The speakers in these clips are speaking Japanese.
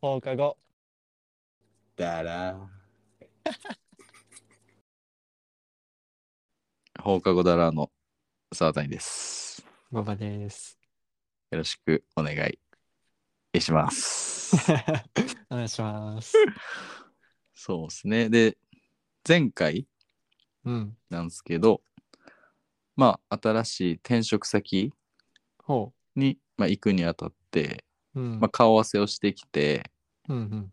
放課後。だら放課後だらの沢谷です。馬場です。よろしくお願いします。 お願いします。そうですね。で、前回うん。なんですけど、まあ、新しい転職先ほに、まあ、行くにあたって、う。うん。まあ、顔合わせをしてきて、うん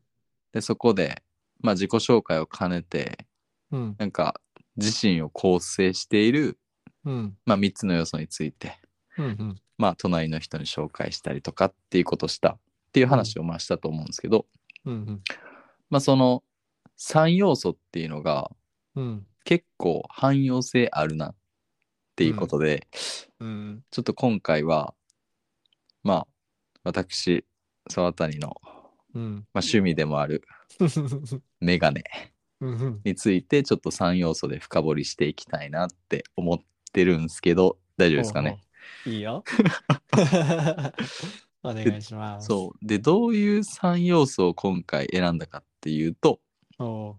で、そこで、まあ、自己紹介を兼ねて、うん。うん。なんか、自身を構成している、うん。まあ、3つの要素について、うんうん。まあ、隣の人に紹介したりとかっていうことをしたっていう話をまあしたと思うんですけど、うんまあ、その3要素っていうのがうん。結構汎用性あるなっていうことで、うん。ちょっと今回はまあ私沢谷の、うん。まあ、趣味でもあるメガネうん。についてちょっと3要素で深掘りしていきたいなって思ってるんですけど大丈夫ですかねほうほう。いいよ。お願いします。そうでどういう3要素を今回選んだかっていうとう。お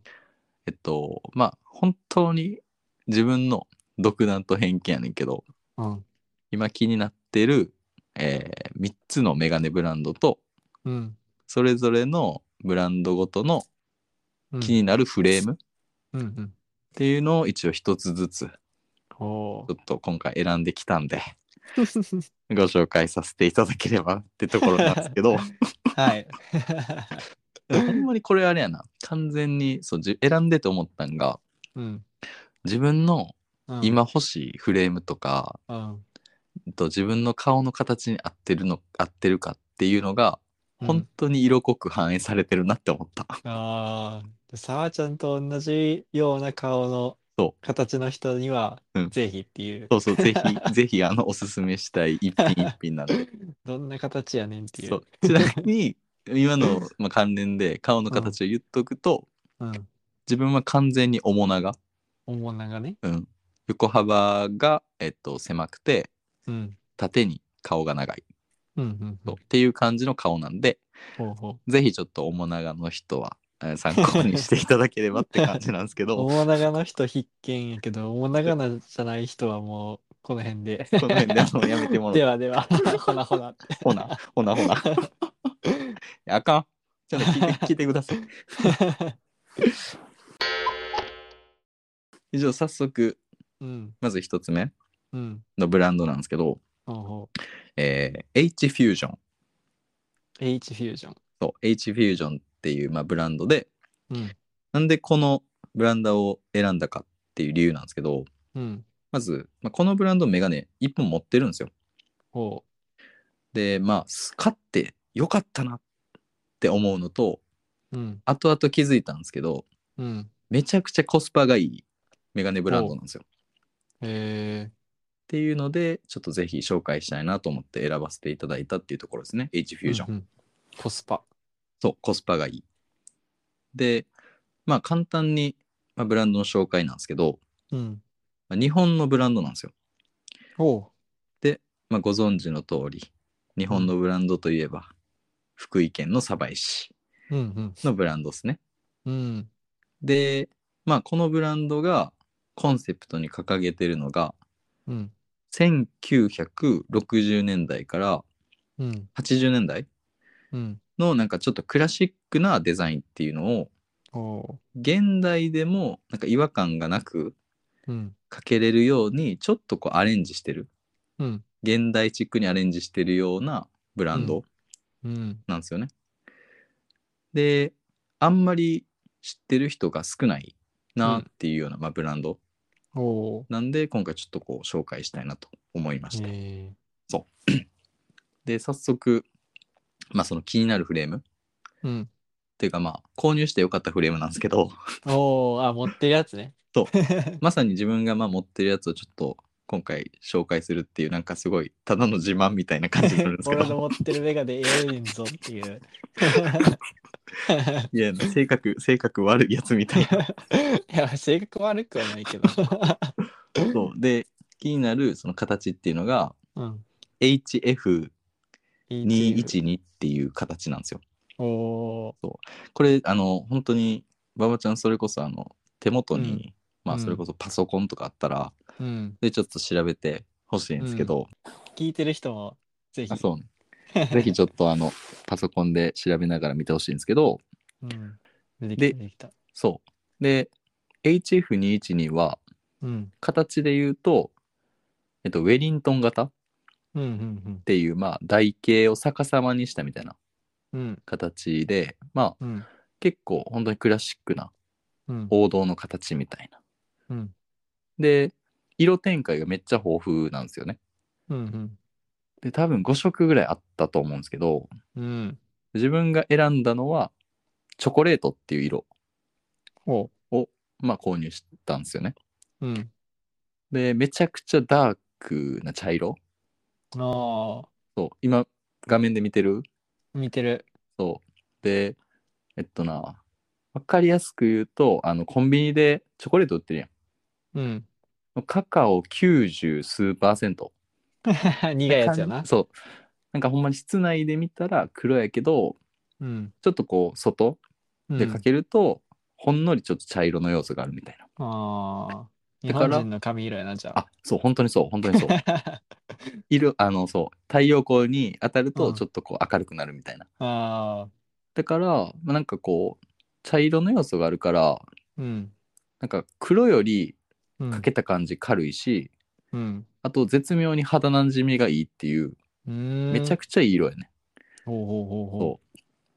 えっとまあ本当に自分の独断と偏見やねんけどう。うん。今気になってる、え3つのメガネブランドとうん。それぞれのブランドごとの気になるフレームっうんうん。ていうのを一応一つずつちほょっと今回選んできたんでう。ご紹介させていただければってところなんです けどはい。ほんまにこれあれやな完全にそうじ選んでと思ったんがうん。自分のうん。今欲しいフレームとか、うん。えっと自分の顔の形に合ってるの合ってるかっていうのがうん。本当に色濃く反映されてるなって思った。ああ、さわちゃんと同じような顔のそう形の人にはうんぜひっていう、そうそう、ぜひ、 ぜひ、あの、おすすめしたい一品一品なんで。どんな形やねんってい。そううちなみ に、今の、まあ、関連で顔の形を言っとくと、うん。自分は完全に面長。面長ね。うん。横幅が、えっと、狭くて、うん。縦に顔が長い。うんうんうそんうっていう感じの顔なんで、ほうほう。ぜひちょっと面長の人は、えー参考にしていただければって感じなんですけ ど、面長の人必見やけど、面長なじゃない人はもうこの辺で。この辺であのやめてもでらう。はでは、ほなほな。ほな、ほなほな。いやあかん。ちょっと聞いて聞いてください。以上、早速、 うん。まず一つ目うん。のブランドなんですけど、ほうほう。えー H Fusion H フュージョン。と H Fusion っていう、まあ、ブランドでうん。なんでこのブランドを選んだかっていう理由なんですけどうん。まず、まあ、このブランドメガネ1本持ってるんですよほでまあす買ってよかったなって思うのとう。うん。後々気づいたんですけどうん。めちゃくちゃコスパがいいメガネブランドなんですよっえていうのでちょっとぜひ紹介したいなと思って選ばせていただいたっていうところですね H ー。 Fusion、うんうんコスパ。そう、コスパがいい。で、まあ簡単に、まあ、ブランドの紹介なんですけど、うん。まあ、日本のブランドなんですよ。ほまあ、ご存知の通り、日本のブランドといえば、福井県の鯖江市う。うんのブランドですね。うん。うん。で、まあこのブランドがコンセプトに掲げてるのが、うん。 1960年代からうん80年代うんのなんかちょっとクラシックなデザインっていうのを、お現代でもなんか違和感がなく、ううんかけれるようにちょっとこうアレンジしてるうん現代チックにアレンジしてるようなブランドうんなんですよね。であんまり知ってる人が少ないなっていうような、まあ、ブランドおうなんで今回ちょっとこう紹介したいなと思いました。えで早速、まあ、その気になるフレームっー、うんていうかまあ購入してよかったフレームなんですけどおうあ持ってるやつねそうまさに自分がまあ持ってるやつをちょっと今回紹介するっていうなんかすごいただの自慢みたいな感じになるんですけ 俺どの持ってるメガネええんぞっていういや、性格、性格悪いやつみたいな。いや性格悪くはないけどそう。で、気になるその形っていうのが、うん HF212 HF っていう形なんですよ。おーこれあの本当に馬場ちゃんそれこそあの手元に、うんまうあんそれこそパソコンとかあったら、うん。でちょっと調べてほしいんですけど、聞いてる人もぜひ。あそうねぜひちょっとあのパソコンで調べながら見てほしいんですけどうん。出てきでた、出てきた。そうで HF212 はうん。形で言うと、えっと、ウェリントン型っうんうんていう、まあ、台形を逆さまにしたみたいなうん。うん形で、まあ、うん結構本当にクラシックなうん王道の形みたいな。うんで、色展開がめっちゃ豊富なんですよね。うんで、多分5色ぐらいあったと思うんですけど、うんうん。自分が選んだのは、チョコレートっていう色、おう。まあ購入したんですよね。うん。で、めちゃくちゃダークな茶色。ああ。そう、今、画面で見てる見てる。そう。で、えっとな、わかりやすく言うと、あの、コンビニでチョコレート売ってる うん。やん。カカオ90数パーセント。苦いやつやな。そう。なんかほんまに室内で見たら黒やけど、うん。ちょっとこう、外でかけると、ほんのりちょっと茶色の要素があるみたいな。うんああ。日だから本人の髪色やな、じゃああ。、そう、本当にそう、本当 にそう。色、あの、そう、太陽光に当たるうと、んちょっとこう、明るくなるみたいな。ああ。だから、まあなんかこう、茶色の要素があるから、うん。なんか黒よりうんかけた感じ軽いし、うん。あと絶妙に肌なじみがいいっていう、めめちゃくちゃいい色やね。ほうほうほうほ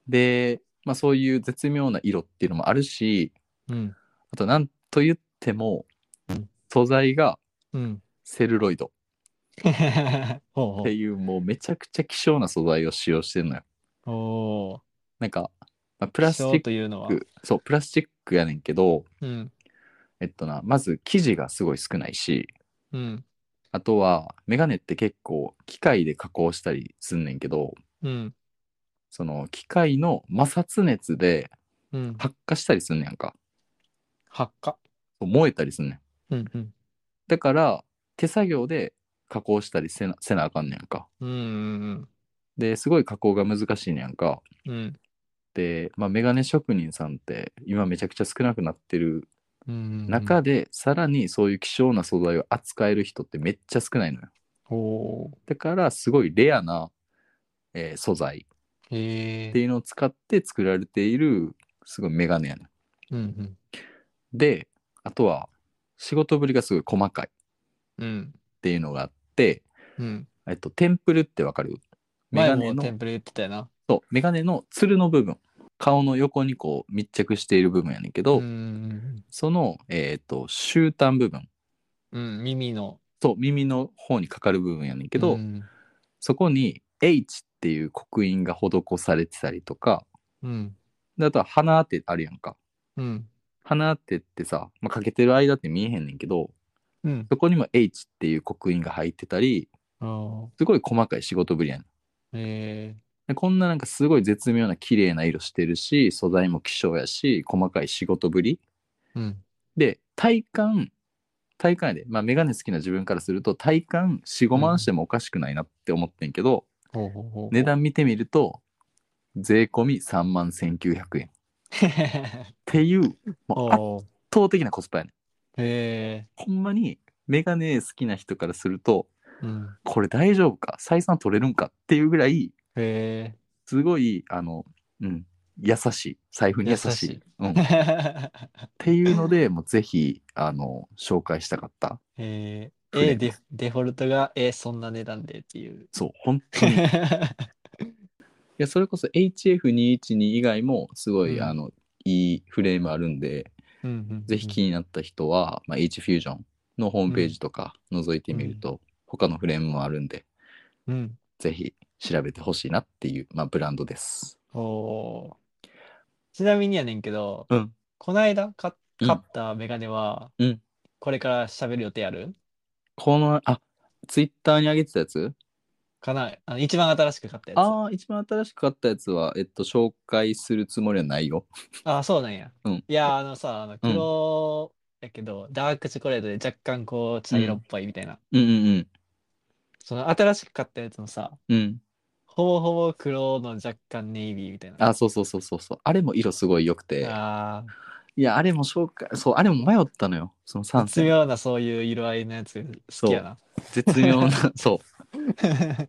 で、まあそういう絶妙な色っていうのもあるし、う。うん。あとなんと言ってもうん、素材がうん。 セルロイドほうほっていうもうめちゃくちゃ希少な素材を使用してるのよ。う。おお。なんか、まあ、プラスチ気象ッというのは。ク、そう、プラスチックやねんけど、うん。えっとな、まず生地がすごい少ないし、うん。あとはメガネって結構機械で加工したりすんねんけど、うん。その機械の摩擦熱でうん。発火したりすんねやんか。発火。燃えたりすんねん。うん。うん。だから、手作業で加工したりせなせなあかんねやんか。うんうんで、すごい加工が難しいねやんか。うん。うん。で、まあ、メガネ職人さんって今めちゃくちゃ少なくなってるうん。中で、さらにそういう希少な素材を扱える人ってめっちゃ少ないのよ。おおだから、すごいレアな、えー素材ー。へってえ。いうのを使って作られている、すごいメガネやねん。うん。で、あとは、仕事ぶりがすごい細かい。うん。うん。っていうのがあって、うん。えっと、テンプルってわかるメガ前ネもテのンプレ言ってたよな。そうメガネのつるの部分顔の横にこう密着している部分やねんけうど、ん。その、えっと終端部分うん。耳の。と耳の方にかかる部分やねんけど、うん。そこに H っていう刻印が施されてたりとかうん。であとは鼻当てあるやんかうん。鼻当てってさ、まあ、かけてる間って見えへんねんけどうん。そこにも H っていう刻印が入ってたりおすごい細かい仕事ぶりやねんーへえ。でこんななんかすごい絶妙な綺麗な色してるし素材も希少やし細かい仕事ぶりうん。で体感体感やでまあ眼鏡好きな自分からすると体感45万してもおかしくないなって思ってんけど、ほうほうほう。 値段見てみると税込み3万1900円っていうもう圧おお。倒的なコスパやねへえ。ほんまに眼鏡好きな人からするとうん。これ大丈夫か採算取れるんかっていうぐらいへえ。すごいあのうん優しい財布に優しい優しいうん、っていうので、もうぜひ、あの、紹介したかった。えー、フレーえムデフ、デフォルトが、えーそんな値段でっていう。そう、本当 に。いや、それこそ HF212 以外も、すごい、うんあの、いいフレームあるんで、うんうんぜひ気になった人は、まあ、HFusion のホームページとか覗いてみると、他のフレームもあるんで、うん。ぜひ調べてほしいなっていう、まあ、ブランドです。おーちなみにやねんけど、うんこないだ買っうん買ったメガネは、うんこれから喋る予定あるこの、あ、ツイッターに上げてたやつかなあの一番新しく買ったやつ。ああ、一番新しく買ったやつは、えっと、紹介するつもりはないよ。あーそうなんや。うんいやー、あのさ、あの黒やけど、ダークチョコレートで若干こう、茶色っぽいみたいな。うんうんその新しく買ったやつもさ、うん。うん。ほぼほぼ黒の若干ネイビーみたいな。あ、そうそうそうそうそう。あれも色すごい良くて。あいや、あれも紹介、そう、あれも迷ったのよ。そのあ、 3絶選。妙なそういう色合いのやつ好きやな。絶妙な、そう。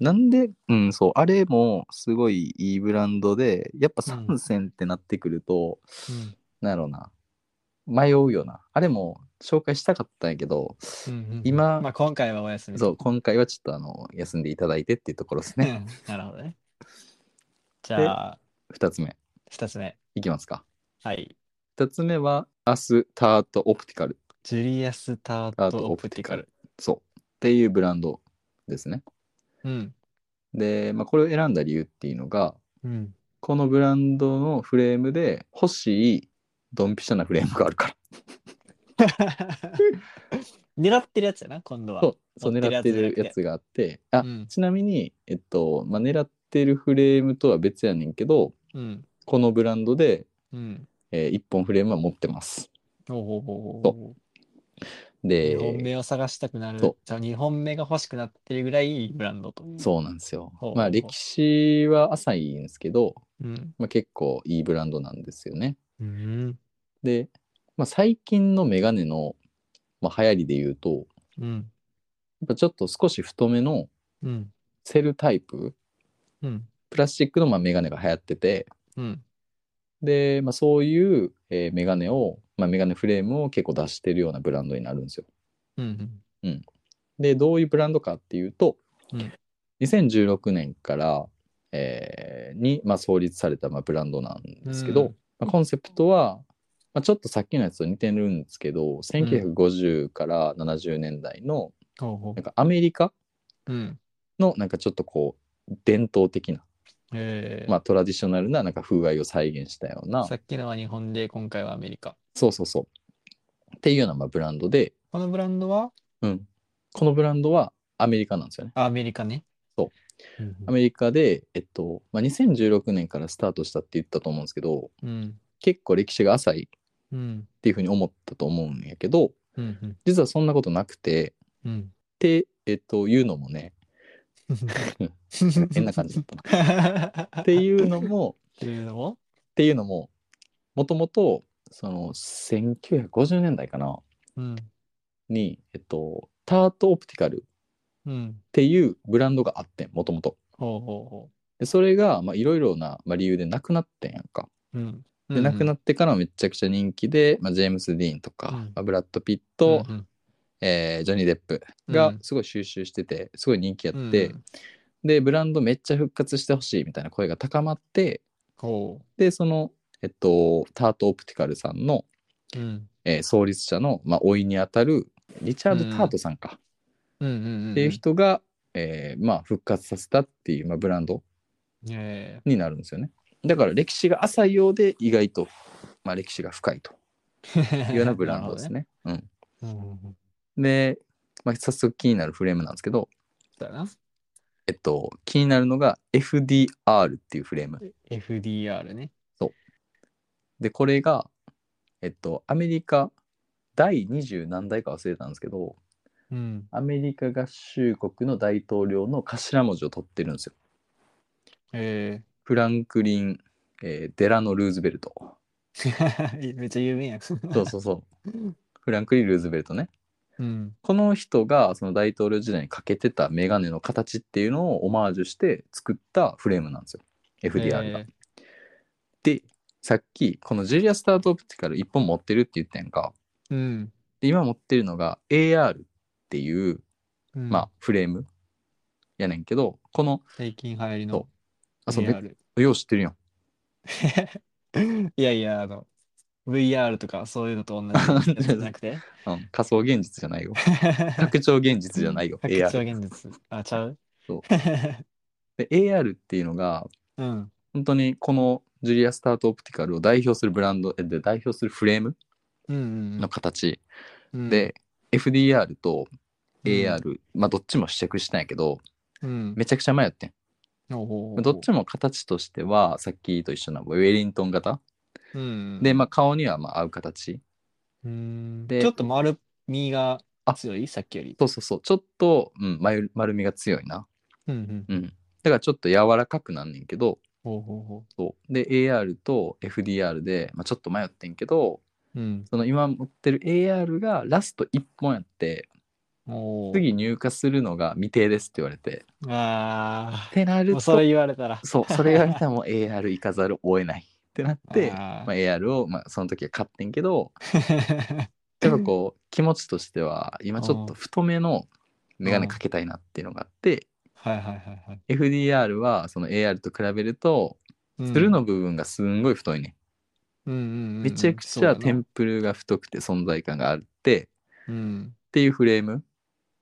なんで、うん、そう、あれもすごいいいブランドで、やっぱう3ん選ってなってくると、 うんなんやろうな、迷うよな。あれも紹介したかったんやけど、うんうん今まあ今回はお休み。そう、今回はちょっとあの、休んでいただいてっていうところですうね。ん。なるほどね。じゃあ、 2つ目、二つ目。いきますか。はい。 2つ目は、アスタートオプティカル。ジュリアス・タート・オプティカル。そう。っていうブランドですね。うん。で、まあ、これを選んだ理由っていうのが、うん。このブランドのフレームで欲しいドンピシャなフレームがあるから。 狙ってるやつやな、今度は。そうそう持ってる狙やっつじてゃなくてるやつがあってあ、うんちなみに、えっとまあ、狙ってるフレームとは別やねんけどうん。このブランドで、うん。え1本フレームは持ってます。おおおお。で2本目を探したくなるそう。じゃあ2本目が欲しくなってるぐらいいいブランドと。そうなんですよほうほうほう。まあ歴史は浅いんですけど、うん。まあ、結構いいブランドなんですよね。うん。で、まあ、最近のメガネの、まあ、流行りで言うとうやん。っぱちょっと少し太めのうん。セルタイプうん。プラスチックのまあメガネが流行っててうん。で、まあ、そういう、えーメガネを、まあ、メガネフレームを結構出してるようなブランドになるんですよ。うん。でどういうブランドかっていうと、うん2016年から、えーに、まあ、創立された、まあ、ブランドなんですけど、うんまあ、コンセプトは、まあ、ちょっとさっきのやつと似てるんですけど1950から70年代のほうほなんかアメリカう。うん。のなんかちょっとこう伝統的な、ええ。まあ、トラディショナルななんか風合いを再現したようなさっきのは日本で、今回はアメリカ。そうそうそうっていうような、まあ、ブランドで、このブランドはうん、このブランドはアメリカなんですよね。あアメリカね。そううん。アメリカで、えっとまあ、2016年からスタートしたって言ったと思うんですけどうん。結構歴史が浅いっうん。ていうふうに思ったと思うんやけどうん。うん実はそんなことなくてっうん。て、えっと、いうのもね変な感じだったな。っ ってう。いうのもっていうのもっていうのももともとその1950年代かなうん。に、えっと、タート・オプティカルっうん。ていうブランドがあってんもともと。ほうほうほでそれがまあいろいろな、まあ、理由でなくなってんやんか。う。うん。で、亡くなっってからめちゃくちゃ人気で、まあ、ジェームス・ディーンとか、うんまあ、ブラッド・ピット、うんえージョニー・デップうがんすごい収集してて、すごい人気やうん、って、うん、でブランドめっちゃ復活してほしいみたいな声が高まってほでその、えっと、タート・オプティカルさんの、う。うん。えー創立者の、まあ、甥にあたるリチャード・タートさんか、うんうんうんうん。っていう人が、えーまあ、復活させたっていう、まあ、ブランド えになるんですよね。だから歴史が浅いようで意外と、まあ、歴史が深いとえい うようなブランドですね。ね。うんうんうんうん。で、まあ、早速気になるフレームなんですけど、だな。えっと、気になるのが FDR っていうフレーム。 FDR ね。で、これが、えっと、アメリカ、第20何代か忘れたんですけど、うん。アメリカ合衆国の大統領の頭文字を取ってるんですよ。えフランクリン、えーデラノ・ルーズベルト。え。 めっちゃ有名やん。そうそう そう。フランクリン・ルーズベルトね。 うん。この人がその大統領時代にかけてたメガネの形っていうのをオマージュして作ったフレームなんですよ。FDR が。えでさっきこのジュリア・スタートオプティカル1本持ってるって言ったやんかえうん。で今持ってるのが AR っていう、うんまあ、フレームやねんけどこの最近流行りのそあそうめ AR。よう知ってるやん いやいや、あの、VR とかそういうのと同じ やつじゃなくて。うん仮想現実じゃ ないよ拡張現実じゃないよ拡張 AR 現実。あ、ちゃうそうで AR っていうのがうん。本当にこのジュリア・スタートオプティカルを代表するブランドえで代表するフレームうんうんの形うん。で、FDR とうん AR、まあどっちも試着したんやけどうん、めちゃくちゃ迷ってんおうおうおうどっちも形としてはさっきと一緒なウェリントン型、うんで、まあ、顔にはまあ合う形うんでちょっと丸みがあ強いさっきより。そうそうそうちょっと、うん、丸丸みが強いなうんうん。うん。だからちょっと柔らかくなんねんけど、ほうほうほそう。で、AR と FDR で、まあ、ちょっと迷ってんけど、う。うん。その今持ってる AR がラスト1本やって、もう。次入荷するのが未定ですって言われて。あってなあ。るもと、うそれ言われたら。そう、それ言われたらもう AR 行かざるを得ないってなっ て、あまあ、AR を、まあ、その時は買ってんけど、ーやっぱこう、気持ちとしては、今ちょっと太めのメガネかけたいなっていうのがあって、はいはいはいはい。 FDR はその AR と比べると、うんツルの部分がすんごい太いね。うんうんうんうんめちゃくちゃテンプルが太くて存在感があって、っそうだなうん。ていうフレーム。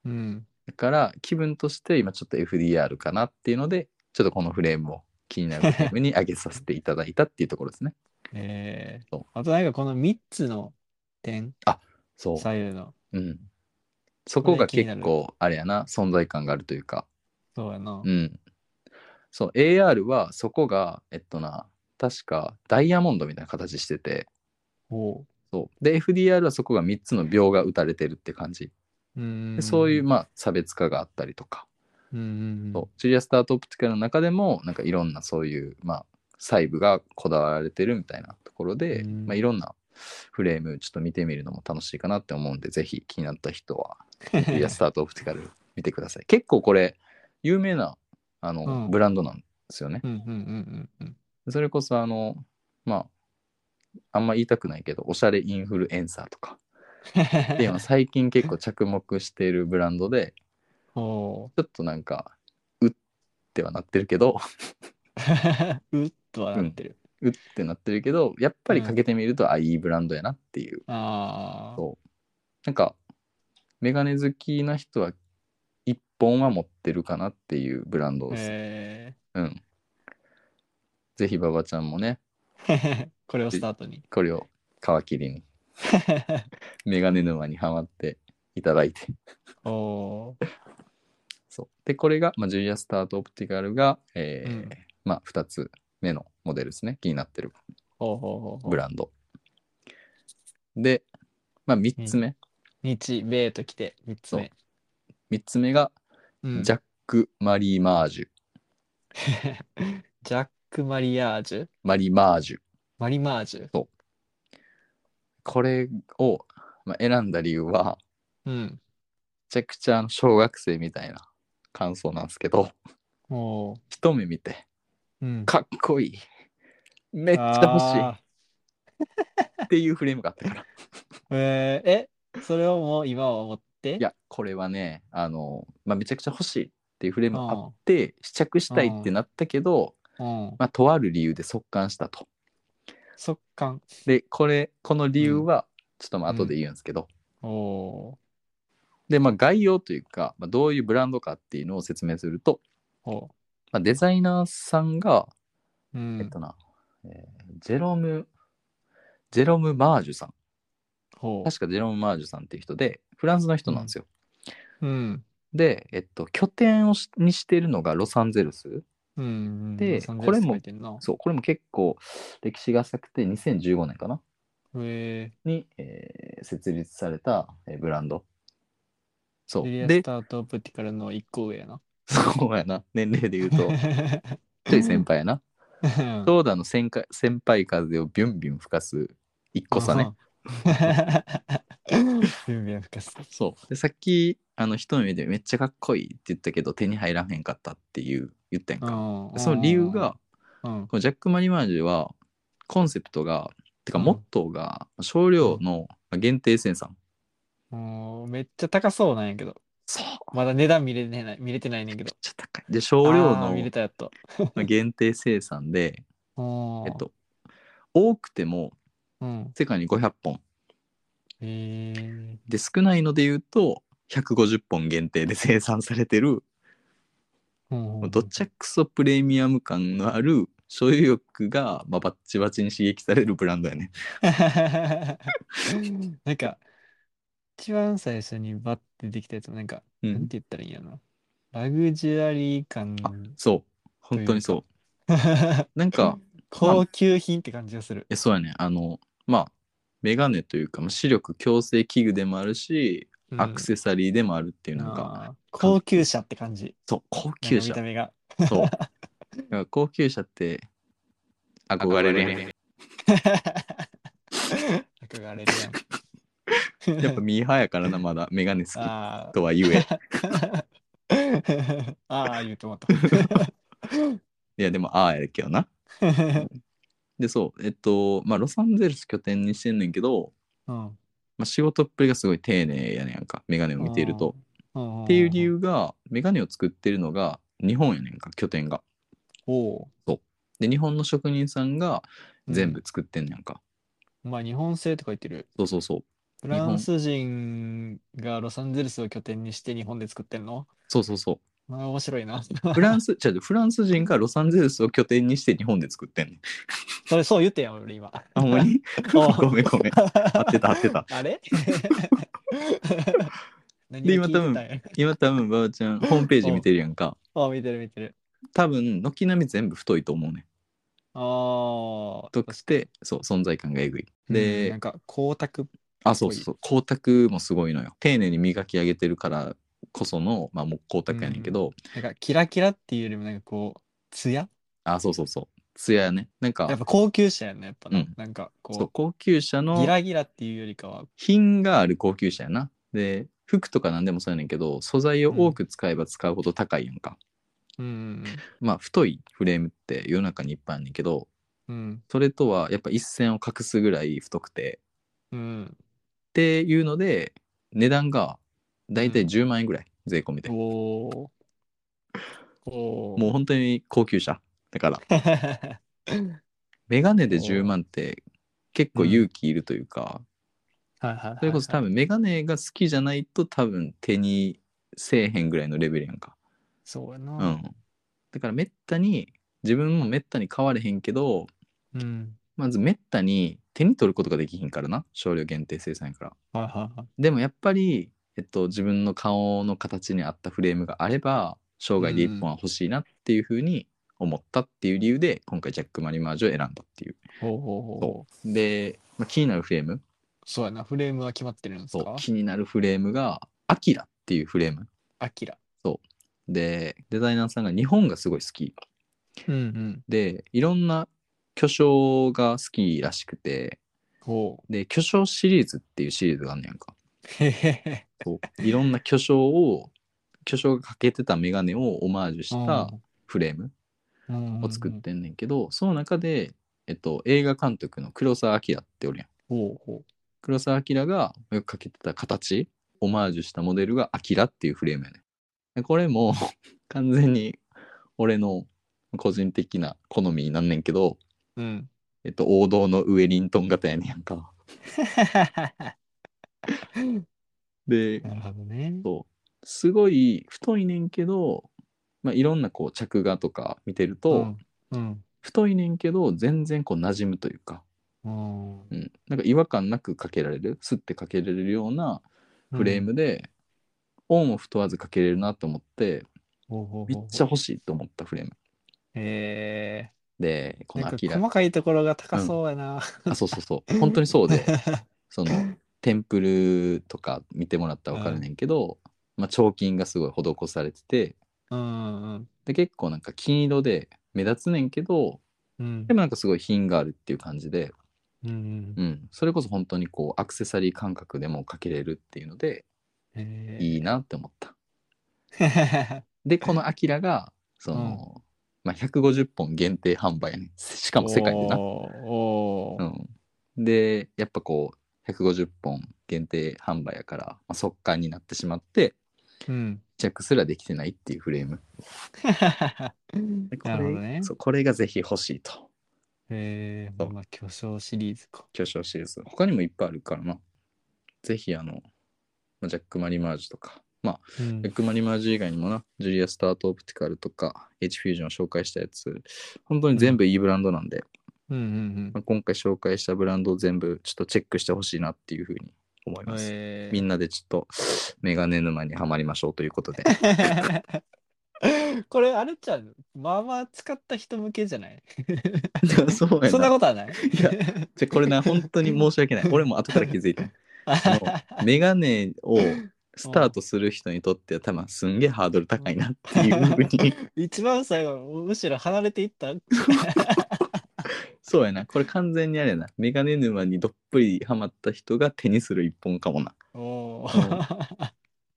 うん。だから、気分として今ちょっと FDR かなっていうので、ちょっとこのフレームを気になるフレームに上げさせていただいたっていうところですね。ええそうあとなんかこの3つの点、そう。左右の。うん、そここがれ気にな結る構あれやな存在感があるというか、そうやなう。ん、そう AR はそこがえっとな確かダイヤモンドみたいな形しててほそうで FDR はそこが3つの秒が打たれてるって感じう。うんでそういう、まあ、差別化があったりとか、うんうんうん。そうジュリア・スタートオプティカルの中でもなんかいろんなそういう、まあ、細部がこだわられてるみたいなところで、うんまあ、いろんなフレームちょっと見てみるのも楽しいかなって思うんでぜひ気になった 人はリアスタートオプティカル見てください。結構これ有名なあの、うんブランドなんですよねう。んうんうんうんうん。それこそあのまああんま言いたくないけどおしゃれインフルエンサーとかっていうのは最近結構着目しているブランドで ほちょっとなんかうってはなってるけど う。うっとはなってる。うってなってるけどやっぱりかけてみると、あいいブランドやなっていうああ。そうなんかメガネ好きな人は一本は持ってるかなっていうブランドですねえうん。ぜひ、馬場ちゃんもね、えこれをスター トに。これを皮切りに、 メガネ沼にはまっていただいて。おーそう。で、これが、まあ、ジュリアスタートオプティカルが、えーうんまあ、2つ目のモデルですね。気になってるほうほうほうほう。ブランド。で、まあ、3つ目。日米ときて3つ目。 3つ目が、うんジャック・マリー・マージュ。 ジャック・マリアージュマリー・マージュ。マリマージュこれを、まあ、選んだ理由は、うん。めちゃくちゃあの小学生みたいな感想なんですけど、おー一目見て、うん。かっこいいめっちゃあー欲しいっていうフレームがあったからえーえ、それをもう今は思っていやこれはねあの、まあ、めちゃくちゃ欲しいっていうフレームがあって試着したいってなったけど、うん。まあ、とある理由で速乾したと速乾。でこれこの理由はちょっとまあうん後で言うんですけど、おおでまあ概要というか、まあ、どういうブランドかっていうのを説明すると、ー。おまあ、デザイナーさんが、ーうえっん。とな、えージェロムジェロム・マージュさんほ確かジェロム・マージュさんっていう人でフランスの人なんですよ、う。うん。で、えっと、拠点をしにしてるのがロサンゼルス。うんうん。でサンゼルスこれも書いてんなそう、これも結構歴史が浅くて2015年かなえに、えー設立された、えーブランド。そー、う。リリアスで、 タートプティカルの1個上やな。そうやな。年齢で言 うと、ちょい先輩やな。どソーダの先輩先輩風をビュンビュン吹かす一個差ね。。 準備は深す。そう。で、さっき、あの、一目でめっちゃかっこいいって言ったけど、手に入らへんかったっていう言ったやんか。でその理由が、うん、このジャック・マリマージュはコンセプトがてかうんモットーが少量の限定生産、もうめっちゃ高そうなんやけど、そうまだ値段見れてない見れてないねんけど。ちょっと高いで少量あーの見れたやっと。限定生産で、ええっ、と、多くてもうん。世界に500本えー、で少ないので言うと150本限定で 生産されてる、うんもうどっちゃくそプレミアム感のある所有欲が、まあ、バッチバチに刺激されるブランドやね。 なんか、一番最初にバッてできたやつもなんか、うなんん、て言ったらいいんやろな。ラグジュアリー感。そう本当にそうなんか 高級品って感じがする。えそうやねあのまあメガネというか、まあ、視力矯正器具でもあるしうんアクセサリーでもあるっていうなんか、あ高級車って感じ。そう高な級んか見車た目 が。そうなんか高級車 って憧れるやん憧れるやん。 やっぱミーハーやから なまだメガネ好きあとはゆ えーあー言うと思った。いやでもああやけどなでそうえっとまあロサンゼルス拠点にしてんねんけど、うんまあ、仕事っぷりがすごい丁寧やねんかメガネを見ていると、うんっていう理。由がメガネを作ってるのが日本やねんか拠点がおうで日本の職人さんが全部。作ってんねやんか、うんまあ日本製とか言ってる。そうそうそうフランス人がロサンゼルスを拠点にして日本で作ってんのそうそうそうまあ面白 いな。フランス、違う、フランス人がロサンゼルスを拠点にして日本で作ってんねん。それそう言ってやん俺今。あ、ほんまに おう ごめんごめん。合ってた合ってた。 あ れ何で今多分を聞いてたんや 今多分、ばあちゃん、ホームページ見てるやんか。あ、見てる見てる。多分、軒並み全部太いと思うねん。ああ。太くて、そう、存在感がえぐい。うんなでん、か光沢。あ、そうそうそう、光沢もすごいのよ。丁寧に磨き上げてるからこその、まあ、もう光沢やねんけど、なんかキラキラっていうよりもなんかこう、ツヤあ、そうそうそう、艶やね。なやんっか、ぱ高級車やんね、やっぱな。うんなんかそうこ高級車う、ギのラギラっていうよりかは、品がある高級車やな。で、服とか何でもそうやねんけど、素材を多く使えば使うほど高いやんか。うん。まあ、太いフレームって世の中にいっぱいあるんだけどうん。それとはやっぱ一線を隠すぐらい太くてうん。っていうので値段がだいたいうん10万円ぐらい、税込みでおもおー。おお。う本当に高級車だからはいメガネで10万って結構勇気いるというか、はいはいはい。それこそ多分メガネが好きじゃないと多分手にせえへんぐらいのレベルやんか、そうやうんな。だからめったに自分もめったに買われへんけどうん。まずめったに手に取ることができひんからな少量限定生産やからはいはいはい。でもやっぱり、えっと、自分の顔の形に合ったフレームがあれば生涯で一本は欲しいなっていうふうに思ったっていう理由で今回ジャック・マリマージュを選んだっていう。ほうほうほう。で、まあ、気になるフレームそうやな。フレームは決まってるんですそうか気になるフレームが「アキラ」っていうフレームアキラ。でデザイナーさんが日本がすごい好きうんうん。でいろんな巨匠が好きらしくてほう。で巨匠シリーズっていうシリーズがあんねやんか。へへ へ。 そういろんな巨匠を巨匠がかけてた眼鏡をオマージュしたフレームうんを作っ。てんねんけど、その中で、えっと、映画監督の黒澤明っておるやんほうほう。黒澤明がよくかけてた形オマージュしたモデルが「アキラ」っていうフレームやねんでこれも 完全に俺の個人的な好みになんねんけど、うん。えっと、王道のウエリントン型やねんや んかでなるほどね。そうすごい太いねんけど、まあ、いろんなこう着画とか見てると、うん。太いねんけど全然こう馴染むというか、うん。うんうん、なんか違和感なくかけられるスッてかけられるようなフレー。ムで、オンオフ問わずかけれるなと思ってほうほうめほうほうっちゃ欲しいと思ったフレームへえ。でこのなアんかキラ細かいところが高そうやな。 あそうそうそう本当にそうでそのテンプルとか見てもらったら分かるねんけど、まあ、彫金がすごい施されててうんうんで結構なんか金色で目立つねんけどうんで。もなんかすごい品があるっていう感じで、うんうんうん、それこそ本当にこうアクセサリー感覚でもかけれるっていうのでへえ。いいなって思った。でこの「アキラがその、まあ、150本限定販売やねしかも世界でな。おーおうー。ん、でやっぱこう150本限定販売やから、まあ、速乾になってしまってうん。チェックすらできてないっていうフレーム。でこれなるほどね。そうこれがぜひ欲しいとへえ。そうまあ巨匠シリーズか。巨匠シリーズ他にもいっぱいあるからな。ぜひあのまあジャック・マリマージュとかまあうんジャックマリマージュ以外にもな、ジュリア・スタート・オプティカルとか、H フュージョンを紹介したやつ、本当に全部いいブランドなんで、うんうんまあ、今回紹介したブランドを全部ちょっとチェックしてほしいなっていうふうに思いうん。ます。へえみんなでちょっとメガネ沼にはまりましょうということで。これあれちゃうまあまあ使った人向けじゃないそうや そんなな。ことはないい やじゃこれな、本当に申し訳ない。俺も後から気づいた。あのメガネをスタートする人にとっては多分すんげえハードル高いなっていうふうに一番最後、むしろ離れていった。 そうやなこれ完全にあれやなメガネ沼にどっぷりハマった人が手にする一本かもなおお。 うん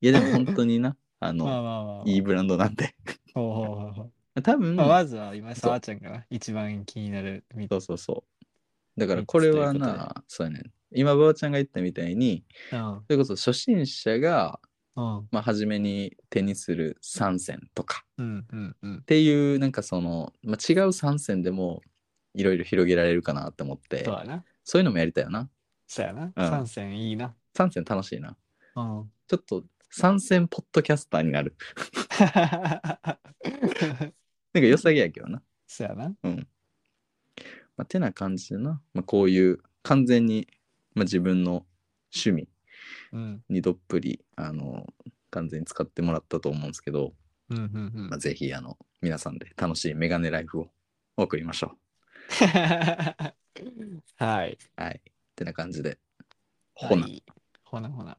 いやでも本当になあの、まあまあまあ。いいブランドなんでほうほうほうほう多分、まあ、まずは今、そうさわちゃんが一番気になるみそうそうそうだからこれは三つというこなそうやね今ばあちゃんが言ったみたいにうん。それこそ初心者が、うん。まあ、初めに手にする3選とかうん。うん。うんっ。ていうなんかその、まあ、違う3選でもいろいろ広げられるかなって思ってそうやな。そういうのもやりたいよなそうやな。うん三戦いいな。 3選楽しいなうん。 ちょっと3選ポッドキャスターになる なんか良さげやけどなそうやな。まあ、てな感じでな、まあ、こういう完全に、まあ、自分の趣味うん。にどっぷりあの完全に使ってもらったと思うんですけど、うん。うん。うんま あ、ぜひあの皆さんで楽しいメガネライフを送りましょはい。う。はい。てな感じで、ほな。はい。ほなほな。